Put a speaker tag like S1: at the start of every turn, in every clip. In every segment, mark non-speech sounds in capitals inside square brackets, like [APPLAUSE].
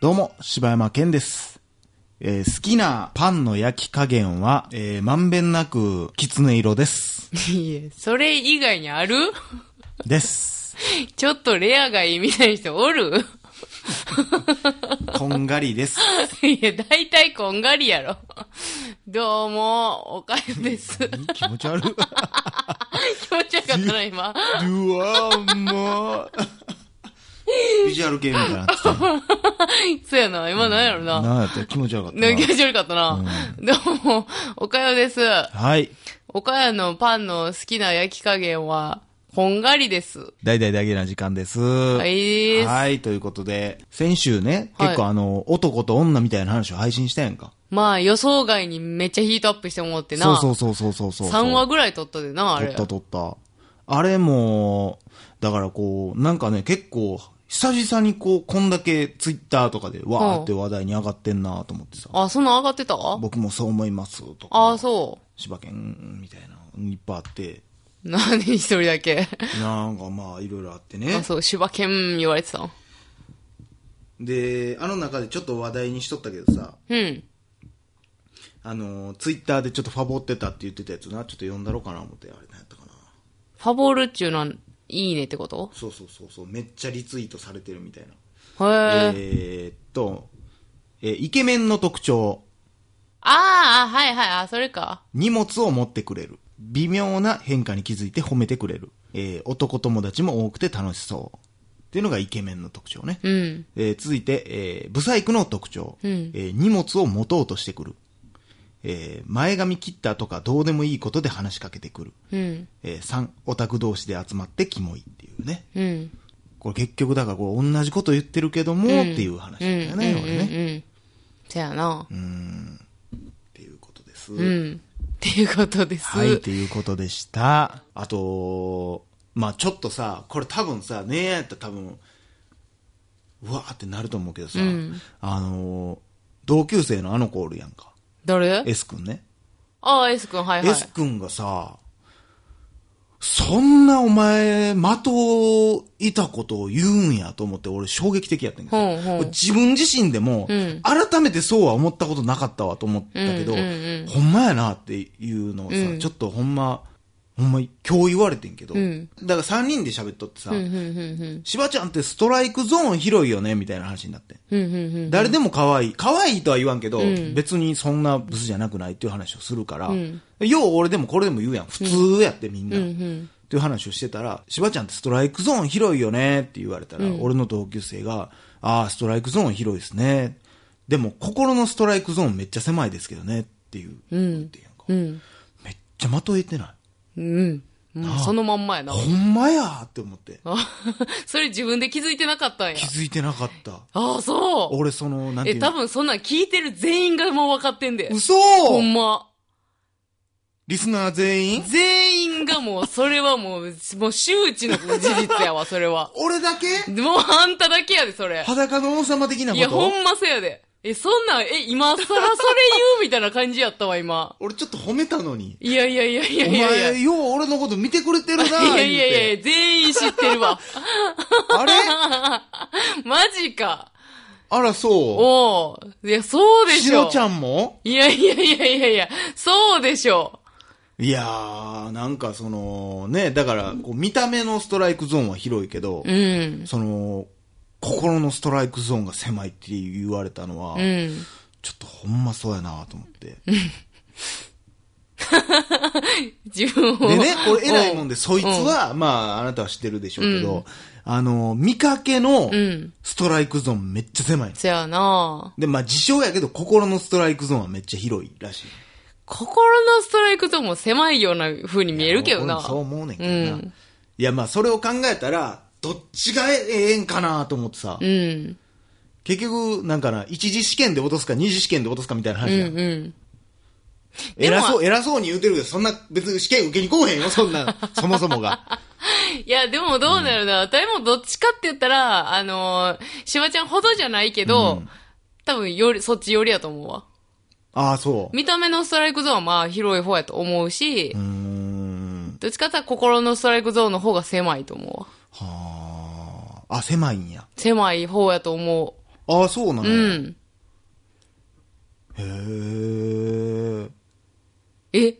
S1: どうも、柴山健です。えー好きなパンの焼き加減は、えーまんべんなく、きつね色です。
S2: いえ、それ以外にある
S1: です。
S2: ちょっとレアがいいみたいな人おる [LAUGHS]
S1: こんがりです。
S2: いや、大体こんがりやろ。どうも、おかゆです。気
S1: 気持ち悪い。
S2: 持ちよかったな、今。
S1: うわー、もう。ビジュアル系みたいになってたな。
S2: そうやな、今なんやろな。
S1: なんやった気持ち悪かったな
S2: なんか気持ち悪かったな。どうも、おかよです。
S1: はい。
S2: おかよのパンの好きな焼き加減は、こんがりです。
S1: 大々だけな時間です。
S2: はいです
S1: はい、ということで、先週ね、
S2: はい
S1: 結構あの、男と女みたいな話を配信したやんか。
S2: まあ、予想外にめっちゃヒートアップしてもってな。
S1: そうそうそうそうそうそう。
S2: 3話ぐらい撮ったでな、あ
S1: 取
S2: れ。
S1: った取った。あれも、だからこう、なんかね、結構、久々にこう、こんだけツイッターとかで、わーって話題に上がってんなと思ってさ、
S2: あ、そんなん上がってたあ
S1: 僕もそう思いますとか、
S2: あ、そう。
S1: 柴犬みたいな、いっぱいあって、
S2: [LAUGHS] 何一人だけ。
S1: なんかまあ、いろいろあって
S2: あ、
S1: ね。
S2: そう、柴犬言われてたの。
S1: で、あの中でちょっと話題にしとったけどさ、
S2: うん。
S1: あの、ツイッターでちょっとファボってたって言ってたやつな、ちょっと読んだろうかな思って、あれ何やったかな。
S2: ファボールっちゅうのは、いいねってこと
S1: そうそうそうそう、めっちゃリツイートされてるみたいな。
S2: へえ。
S1: えーっと、えーイケメンの特徴、
S2: ああ、はいはい、あ、それか。
S1: 荷物を持ってくれる。微妙な変化に気づいて褒めてくれる。えー男友達も多くて楽しそう。っていうのがイケメンの特徴ね。
S2: うん。
S1: えー続いて、えー、ブサイクの特徴、
S2: うん
S1: えー荷物を持とうとしてくる。えー前髪切ったとかどうでもいいことで話しかけてくる。
S2: うん。
S1: えー3、オタク同士で集まってキモいっていうね。
S2: うん。
S1: これ結局だからこう同じこと言ってるけども、っていう話
S2: う
S1: だ
S2: ん。
S1: よね、
S2: うん。
S1: 俺ね。
S2: うんうん。せやな。
S1: っていうことです。
S2: うん。っていうことです。
S1: はい、っていうことでした。あと、まあちょっとさ、これ多分さ、ねえやったら多分、うわーってなると思うけどさ、
S2: うん
S1: あのー、同級生のあの子おるやんか。
S2: 誰
S1: S 君ね。
S2: ああ、S 君、はいはい。
S1: S 君がさ、そんなお前、的をいたことを言うんやと思って、俺衝撃的やったんやけど
S2: ほうほう
S1: 自分自身でも、
S2: うん
S1: 改めてそうは思ったことなかったわと思ったけど、
S2: うんうんうん
S1: ほんまやなっていうのをさ、
S2: うん
S1: ちょっとほんま、ほんま今日言われてんけど、
S2: うん
S1: だから3人で喋っとってさ、
S2: うん、うん、うん、
S1: しばちゃんってストライクゾーン広いよねみたいな話になってん。
S2: うん。うん、うん、うん。
S1: 誰でも可愛い。可愛いとは言わんけど、
S2: うん
S1: 別にそんなブスじゃなくないっていう話をするから、
S2: うん
S1: よう俺でもこれでも言うやん。普通やってみんな。
S2: うん、う
S1: っ
S2: ん。
S1: ていう話をしてたら、しばちゃんってストライクゾーン広いよねって言われたら、俺の同級生が、ああ、ストライクゾーン広いですね。でも心のストライクゾーンめっちゃ狭いですけどねっていう。言ってんやんか
S2: うん。
S1: めっちゃまとえてない。
S2: うん。もうそのまんまやな。
S1: ほんまやーって思って。
S2: [LAUGHS] それ自分で気づいてなかったんや
S1: 気。づいてなかった。
S2: ああ、そう。
S1: 俺その、なんてい
S2: え、
S1: う
S2: 多
S1: の。
S2: 分そんなん聞いてる全員がもう分かってんで。
S1: 嘘
S2: ほんま。
S1: リスナー全員
S2: 全員がもう、それはもう、もう周知の事
S1: [LAUGHS]
S2: 実やわ、それは。
S1: 俺だけ
S2: もうあんただけやで、それ。
S1: 裸の王様的なこと
S2: いや、ほんませやで。え、そんなん、え、今更それ言うみたいな感じやったわ、今。
S1: 俺ちょっと褒めたのに。
S2: いやいやいやいや
S1: お
S2: いやい
S1: 前、よう俺のこと見てくれてるなぁ。
S2: や。いやいや
S1: 言
S2: い
S1: う
S2: や、全員知ってるわ。 [LAUGHS]
S1: てあれ
S2: マジか。
S1: あら、そ
S2: おう。いや、そう
S1: う。
S2: で
S1: し
S2: しょ。
S1: ろちゃんも
S2: いやいやいやいやいや、そうでしょ。
S1: いやー、なんかその、ね、だから、こう見た目のストライクゾーンは広いけど、
S2: うん。
S1: その、心のストライクゾーンが狭いって言われたのは、
S2: うん。
S1: ちょっとほんまそうやなと思って。
S2: [LAUGHS] 自分を。
S1: でね、俺偉いもん
S2: で。
S1: で、そいつは、まあ、あなたは知ってるでしょうけど、あの、見かけの
S2: うん。
S1: ストライクゾーンめっちゃ狭いの。
S2: そやな
S1: で、まあ、自称やけど、心のストライクゾーンはめっちゃ広いらしい。
S2: 心のストライクゾーンも狭いような風に見えるけど
S1: いや
S2: な。
S1: 俺もそう思うねんけどな。
S2: うん
S1: いや、まあ、それを考えたら、どっちがええんかなと思ってさ、
S2: うん。
S1: 結局、なんかな、一次試験で落とすか二次試験で落とすかみたいな
S2: う
S1: 話
S2: ん
S1: や、
S2: うん。でも
S1: 偉そう、偉そうに言うてるけど、そんな別に試験受けに来おへんよ、そんな、
S2: [LAUGHS]
S1: そもそもが。
S2: いや、でもどうなるな。私もどっちかって言ったら、あのー、しばちゃんほどじゃないけど、
S1: うん
S2: 多分より、そっちよりやと思うわ。
S1: ああ、そう。
S2: 見た目のストライクゾーンはまあ広い方やと思うし、
S1: うーん。
S2: どっちかって言ったら心のストライクゾーンの方が狭いと思うわ。
S1: はあ。あ、狭いんや。
S2: 狭い方やと思
S1: ああ、そうなん
S2: う。
S1: や。へ
S2: うん。
S1: え。
S2: え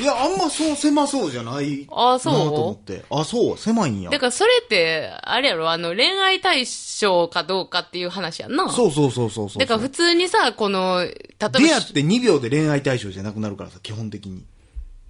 S1: いや、あんまそう狭そうじゃない
S2: あそう
S1: なと思って。あ、そう、狭いんや
S2: だ。からそれって、あれやろ、あの、恋愛対象かどうかっていう話やんな。
S1: そうそうそうそうそう。
S2: だから普通にさ、この、例えば、
S1: 出会って2秒で恋愛対象じゃなくなるからさ、基本的に。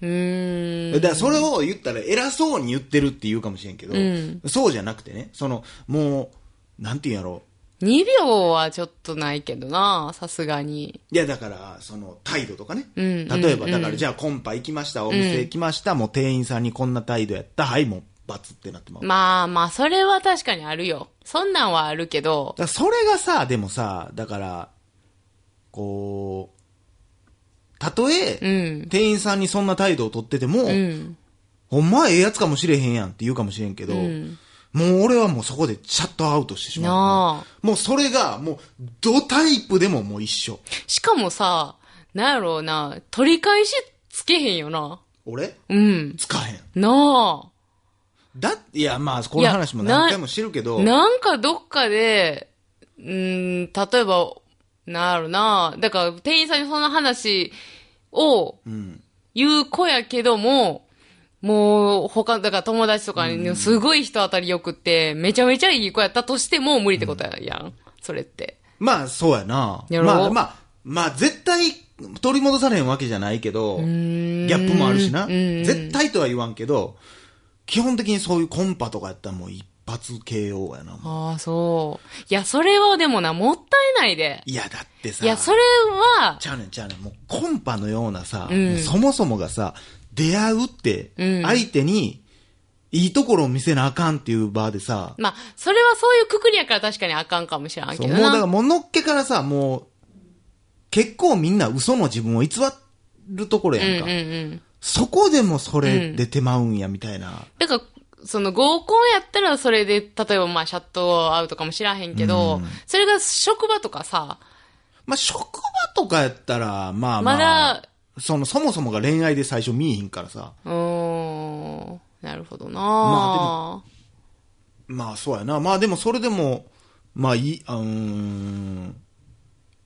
S2: うーん。
S1: だからそれを言ったら偉そうに言ってるって言うかもしれんけど、
S2: うん
S1: そうじゃなくてね、その、もう、なんて言うんやろ
S2: 2秒はちょっとないけどな、さすがに。
S1: いや、だから、その、態度とかね。
S2: うん
S1: 例えば、
S2: うん
S1: だから、じゃあ、コンパ行きました、お店行きました、もう店員さんにこんな態度やった、はい、もう、バツってなってまう。だか
S2: まあまあ、それは確かにあるよ。そんなんはあるけど、
S1: らそれがさ、でもさ、だから、こう、たとえ、
S2: うん。
S1: 店員さんにそんな態度を取ってても、
S2: うん。
S1: ほんまはええやつかもしれへんやんって言うかもしれんけど、
S2: うん
S1: もう俺はもうそこでシャットアウトしてしまう。
S2: なあ。
S1: もうそれが、もう、どタイプでももう一緒。
S2: しかもさ、なんやろうな、取り返しつけへんよな。
S1: 俺
S2: うん。
S1: つかへん。
S2: な
S1: だって、いや、まあ、この話も何回もしてるけ
S2: あ。
S1: ど、
S2: なんかどっかで、うーん、例えば、なんやろうな。だから、店員さんにその話を
S1: うん。
S2: 言う子やけども、もう、他、だから友達とかにすごい人当たりよくって、めちゃめちゃいい子やったとしても無理ってことやん。それって。
S1: まあ、そうやな。
S2: やろ
S1: まあ、まあ、まあ、絶対、取り戻されへんわけじゃないけど、ギャップもあるしな。
S2: うーん
S1: 絶対とは言わんけど、基本的にそういうコンパとかやったらもう一発 KO やな。
S2: ああ、そう。いや、それはでもな、もったいないで。
S1: いや、だってさ。
S2: いや、それは、
S1: ちゃうねんちゃうねん。もうコンパのようなさ、
S2: ん
S1: もうそもそもがさ、出会うって、
S2: うん
S1: 相手に、いいところを見せなあかんっていう場でさ、
S2: まあ、それはそういうくくりやから確かにあかんかもしれんけ
S1: そ
S2: ど
S1: う
S2: な。
S1: もうだからもうのっけからさ、もう、結構みんな嘘の自分を偽るところやんか。
S2: うんうんうん。
S1: そこでもそれ出てまうんや、みたいな。
S2: だから、その合コンやったらそれで、例えばまあ、シャットアウトかもしらへんけど、それが職場とかさ、
S1: まあ、職場とかやったら、まあまあ、
S2: まだ
S1: その、そもそもが恋愛で最初見えへんからさ、
S2: うーん、なるほどな
S1: ままあそうやな。まあでもそれでも、まあいい、あうーん。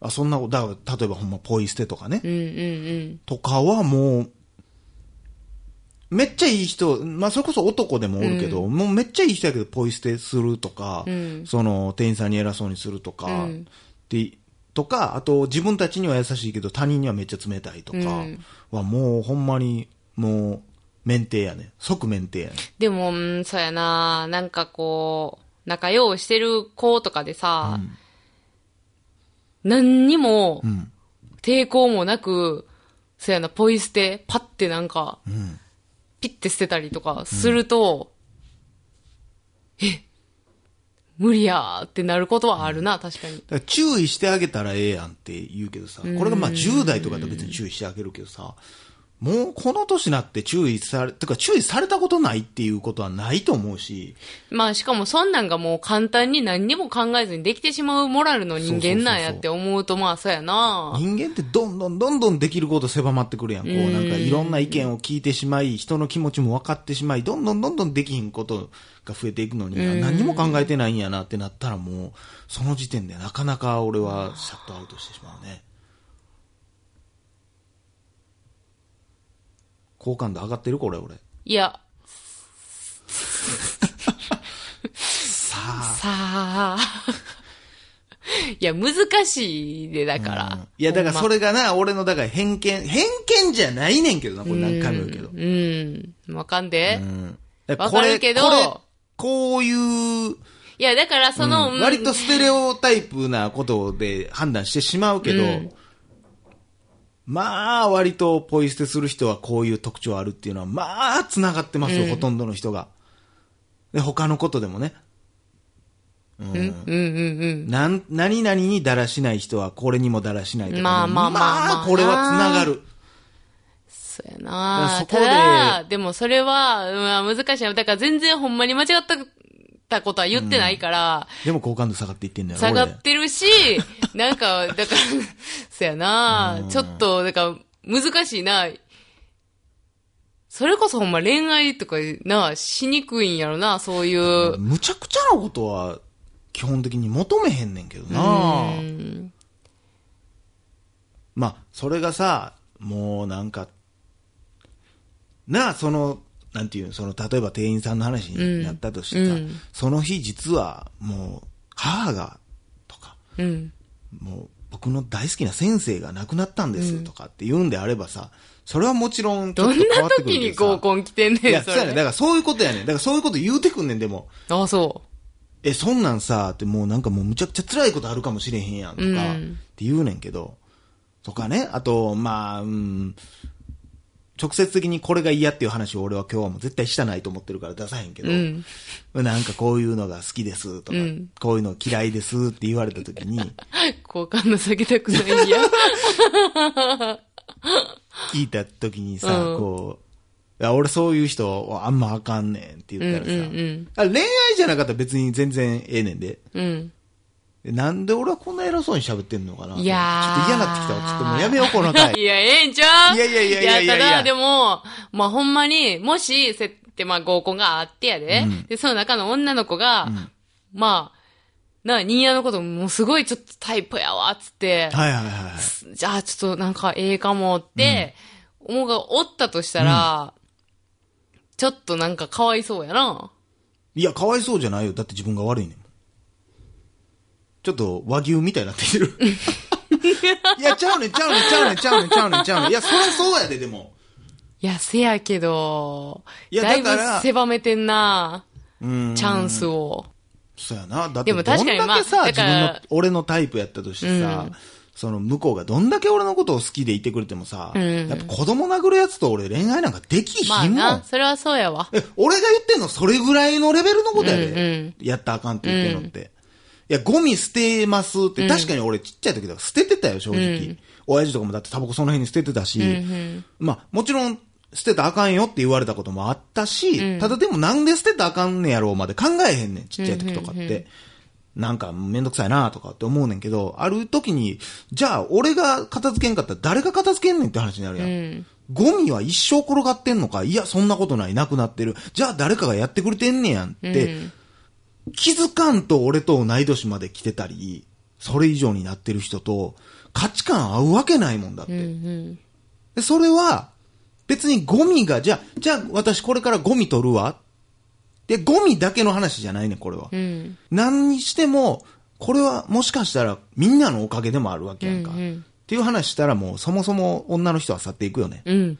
S1: あ、そんなこと、だから例えばほんまポイ捨てとかね。
S2: うんうん
S1: とかはもう、めっちゃいい人、まあそれこそ男でもおるけど、もうめっちゃいい人やけどポイ捨てするとか、
S2: うん
S1: その店員さんに偉そうにするとか、
S2: うん
S1: でとか、あと自分たちには優しいけど他人にはめっちゃ冷たいとか
S2: うん
S1: はもうほんまに、もう、免停やね。即免停やね。
S2: でも、うん、そうやななんかこう、仲良うしてる子とかでさ、何にも
S1: ん
S2: 抵抗もなく、そうやな、ポイ捨て、パってなんか、
S1: うん。
S2: ピッて捨てたりとかすると、え、無理やーってなることはあるな、確かに。
S1: だから注意してあげたらええやんって言うけどさ、これがまあ10代とかだと別に注意してあげるけどさ、もうこの年になって注意され、てか注意されたことないっていうことはないと思うし、
S2: まあしかもそんなんがもう簡単に何にも考えずにできてしまうモラルの人間なんやって思うとまあそうやな
S1: [LAUGHS] 人間ってどんどんどんどんできること狭まってくるやん。こうなんかいろんな意見を聞いてしまい、人の気持ちも分かってしまい、どんどんどんどんできひんことが増えていくのに、何にも考えてないんやなってなったらもう、その時点でなかなか俺はシャットアウトしてしまうね。好感度上がってるこれ俺。
S2: いや、
S1: さあ。
S2: さあ。 [LAUGHS] いや、難しいで、だから。
S1: いやだから
S2: ほ
S1: そ
S2: んま
S1: れがな、俺のだから偏見、偏見じゃないねんけどな、これ何回も言うけど。
S2: うん。わかんで。
S1: だら
S2: わかるけど
S1: これこういう、
S2: いや、だからその、うん
S1: 割とステレオタイプなことで判断してしまうけど、
S2: うん
S1: まあ、割とポイ捨てする人はこういう特徴あるっていうのは、まあ、繋がってますよ、ほとんどの人が。で、他のことでもね。うん。
S2: うんうん
S1: なん、何々にだらしない人は、これにもだらしないとかね、
S2: まあまあまあまあ
S1: まあこれは繋がる。
S2: そうや
S1: だ
S2: な
S1: からそこで
S2: ただ、でもそれは、うん、難しいな。だから全然ほんまに間違った、たことは言ってないから、
S1: でも好感度下がっていってんだよ、
S2: 下が
S1: 俺
S2: ってるし、なんか、だから、そうやなちょっと、だから、難しいなそれこそほんま恋愛とかな、しにくいんやろな、そういう。
S1: むちゃくちゃなことは、基本的に求めへんねんけどな
S2: うん
S1: まあ、それがさ、もうなんか、なあ、その、なんていうのその、例えば店員さんの話になったとしてさ、
S2: うんうん
S1: その日実は、もう、母が、とか、
S2: うん。
S1: もう、僕の大好きな先生が亡くなったんですとかって言うんであればさ、それはもちろん、ちょ
S2: ど
S1: っ
S2: ん
S1: と変わ
S2: な
S1: ってく
S2: 時
S1: るけ
S2: に
S1: ど
S2: 合
S1: さ。
S2: コン来てん
S1: い
S2: ね
S1: や、
S2: ん、
S1: そ
S2: そう
S1: やねん。だ
S2: れ。
S1: からそういうことやねん。だからそういうこと言うてくんねん、でも。
S2: あ、そ
S1: え、そんなんさ、ってもうなんかもうむちゃくちゃ辛いことあるかもしれへんやんとか、
S2: うん
S1: って言うねんけど、とかね、あと、まあ、うん、直接的にこれが嫌っていう話を俺は今日はもう絶対したないと思ってるから出さへんけ
S2: う。
S1: ど、
S2: うん。
S1: なんかこういうのが好きですとか、
S2: うん
S1: こういうの嫌いですって言われた時
S2: [LAUGHS]
S1: に、
S2: 好感度下げたくないん
S1: [LAUGHS]
S2: や。
S1: 聞いた時にさ、
S2: うん
S1: こう、いや俺そういう人はあんまあかんねんって言ったらさ、
S2: うんうんうん
S1: あ恋愛じゃなかったら別に全然ええねんで。
S2: うん。
S1: でなんで俺はこんな偉そうに喋ってんのかなと思って
S2: いやー
S1: ちょっと嫌になってきたわ。ちょっともうやめよう、この
S2: [LAUGHS]
S1: 回。
S2: いや、ええんちゃう
S1: いやいやいやいやいやいや
S2: ただ、でも、まあ、ほんまに、もし、せって、まあ、合コンがあってやで、
S1: うん
S2: で、その中の女の子が、
S1: ん
S2: まあ、なあ、ニーヤのこともすごいちょっとタイプやわ、つって、
S1: はいはいはい。
S2: じゃあ、ちょっとなんかええかもって、思うがおったとしたら、ちょっとなんかかわいそうやな。
S1: いや、かわいそうじゃないよ。だって自分が悪いねん。ちょっと和牛みたいになってきて
S2: [LAUGHS]
S1: る。いや、ちゃうねん、ちゃうねん、ちゃうねん、ちゃうねん、ちゃうねん、ちゃうねん。いや、そりゃそうやで、でも。
S2: いや、せやけど、
S1: いや
S2: だいぶ
S1: だから
S2: 狭めてんな、
S1: うん。
S2: チャンスを。
S1: そうやな。だって、ど
S2: で
S1: ん
S2: も
S1: だ
S2: 確かに
S1: けさ、
S2: ま
S1: 自
S2: あだか
S1: 分
S2: ら
S1: の、俺のタイプやったとしてさ、
S2: うん
S1: その向こうがどんだけ俺のことを好きでいてくれてもさ、
S2: うん
S1: やっぱ子供殴るやつと俺恋愛なんかでき
S2: まあ
S1: ひんもん。
S2: な、それはそうやわ。
S1: え、俺が言ってんのそれぐらいのレベルのことやで。
S2: うんうん
S1: やったらあかんって言ってんのって。いや、ゴミ捨てますって、確かに俺ちっちゃい時だから捨ててたよ、正直。親父とかもだってタバコその辺に捨ててたし、まあ、もちろん、捨てたらあかんよって言われたこともあったし、ただでもなんで捨てたらあかんねやろうまで考えへんねん、ちっちゃい時とかって。なんかめんどくさいなとかって思うねんけど、ある時に、じゃあ俺が片付けんかったら誰が片付けんねんって話になるやん。ゴミは一生転がってんのかいや、そんなことない、なくなってる。じゃあ誰かがやってくれてんねやんって、気づかんと俺と同い年まで来てたり、それ以上になってる人と価値観合うわけないもんだって。でそれは、別にゴミが、じゃあ、じゃあ私これからゴミ取るわ。で、ゴミだけの話じゃないね、これは。
S2: うん。
S1: 何にしても、これはもしかしたらみんなのおかげでもあるわけやんか。
S2: うんうん
S1: っていう話したらもうそもそも女の人は去っていくよね。
S2: うん。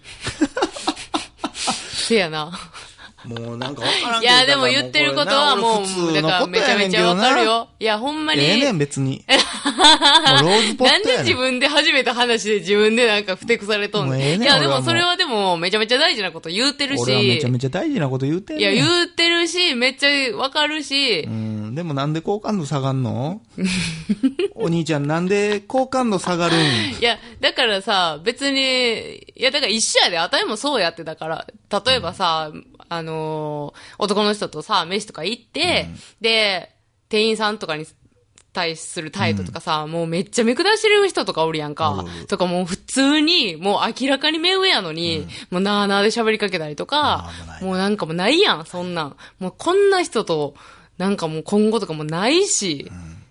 S1: [LAUGHS]
S2: せやな。
S1: もうなんかわからん
S2: い
S1: けど
S2: や、でも言ってることはもう、だからめちゃめちゃわかる。よ。いや、ほんま
S1: こ
S2: に。
S1: れ俺普通のことやねんけどなええねん別に。も
S2: [LAUGHS]
S1: うローズポッ
S2: なん
S1: トやね
S2: で
S1: ん。
S2: 自分で始めた話で自分でなんか不適されとん
S1: もうええ
S2: ねん。
S1: ねん
S2: いや、で
S1: 俺は
S2: も
S1: もう
S2: それはでもめちゃめちゃ大事なこと言うてるし。
S1: 俺はめちゃめ
S2: い
S1: ちゃ大事なこと言うてんね
S2: や、
S1: ん
S2: 言うてるし、めっちゃわかるし
S1: う。ん、でもなんで好感度下がん
S2: [LAUGHS]
S1: のお兄ちゃんなんで好感度下がるん
S2: いや、だからさ、別に、いや、だから一緒やで、あたりもそうやって、だから、例えばさ、あのー男の人とさ、飯とか行って、で、店員さんとかに対する態度とかさ、もうめっちゃ見下してる人とかおるやん
S1: お
S2: か
S1: るおる。
S2: とかもう普通に、もう明らかに目上やのに、もうなあなあで喋りかけたりと
S1: あ
S2: か
S1: ーもうない、
S2: もうなんかもうないやん、そんなん。もうこんな人と、なんかもう今後とかもないし、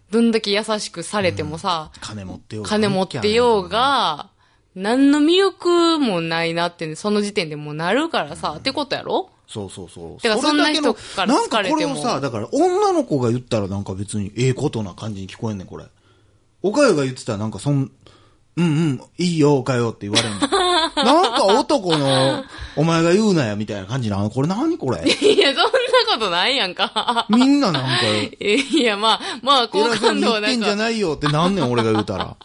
S2: どんだけ優しくされてもさ、
S1: 金持ってようが
S2: 金持ってようが、何の魅力もないなってね、その時点でもうなるからさ、ってことやろ [LAUGHS]
S1: そうそうそう。
S2: てか
S1: れだけの
S2: そんな人から好かれて
S1: なん
S2: も
S1: かこれをさ、だから女の子が言ったらなんか別にええことな感じに聞こえんねん、これ。おかよが言ってたらなんかそん、うんうん、いいよ、おかよって言われ
S2: [LAUGHS]
S1: んの。なんか男の、お前が言うなや、みたいな感じなの。これ何これ。
S2: いや、そんなことないやんか。 [LAUGHS]
S1: みんななんか、
S2: えいや、まあ、まあ、好
S1: 偉そう
S2: 感
S1: に
S2: 度
S1: 言
S2: は
S1: っ
S2: な
S1: て
S2: ん
S1: んじゃ
S2: か、
S1: ないよってなんねん、俺が言うたら。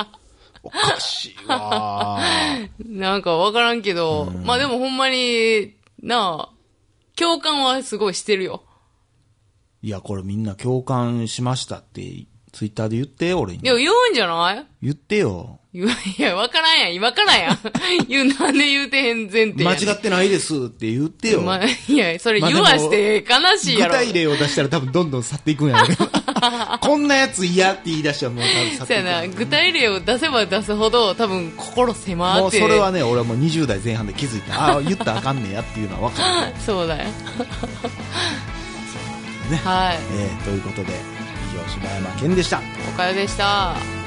S1: おかしいわ
S2: [LAUGHS]
S1: ー。
S2: なんかわからんけど、まあでもほんまに、なあ、共感はすごいしてるよ。
S1: いや、これみんな共感しましたって、ツイッターで言って、俺に
S2: い。や、言うんじゃない
S1: 言ってよ。
S2: 言ういや、わからんやん、今からやん。 [LAUGHS] 言う、なんで言うてへん前提や
S1: 間
S2: ねん。
S1: 違ってないですって言ってよ。
S2: まあ、いや、それ言わして悲しい
S1: 具
S2: やろ。 [LAUGHS]
S1: 体例を出したら多分どんどん去っていくんやろうけど。こんなやつ嫌って言い出したらもう多分
S2: そうやな、具体例を出せば出すほど、多分心狭
S1: も
S2: ー
S1: う
S2: って。
S1: それはね俺はもう20代前半で気づいたああ言ったらあかんねやっていうのは分かる
S2: [LAUGHS] そ
S1: [LAUGHS]
S2: うだよ。
S1: ね
S2: はい [LAUGHS]
S1: え。ーということで以上柴山健でした
S2: おかよでした。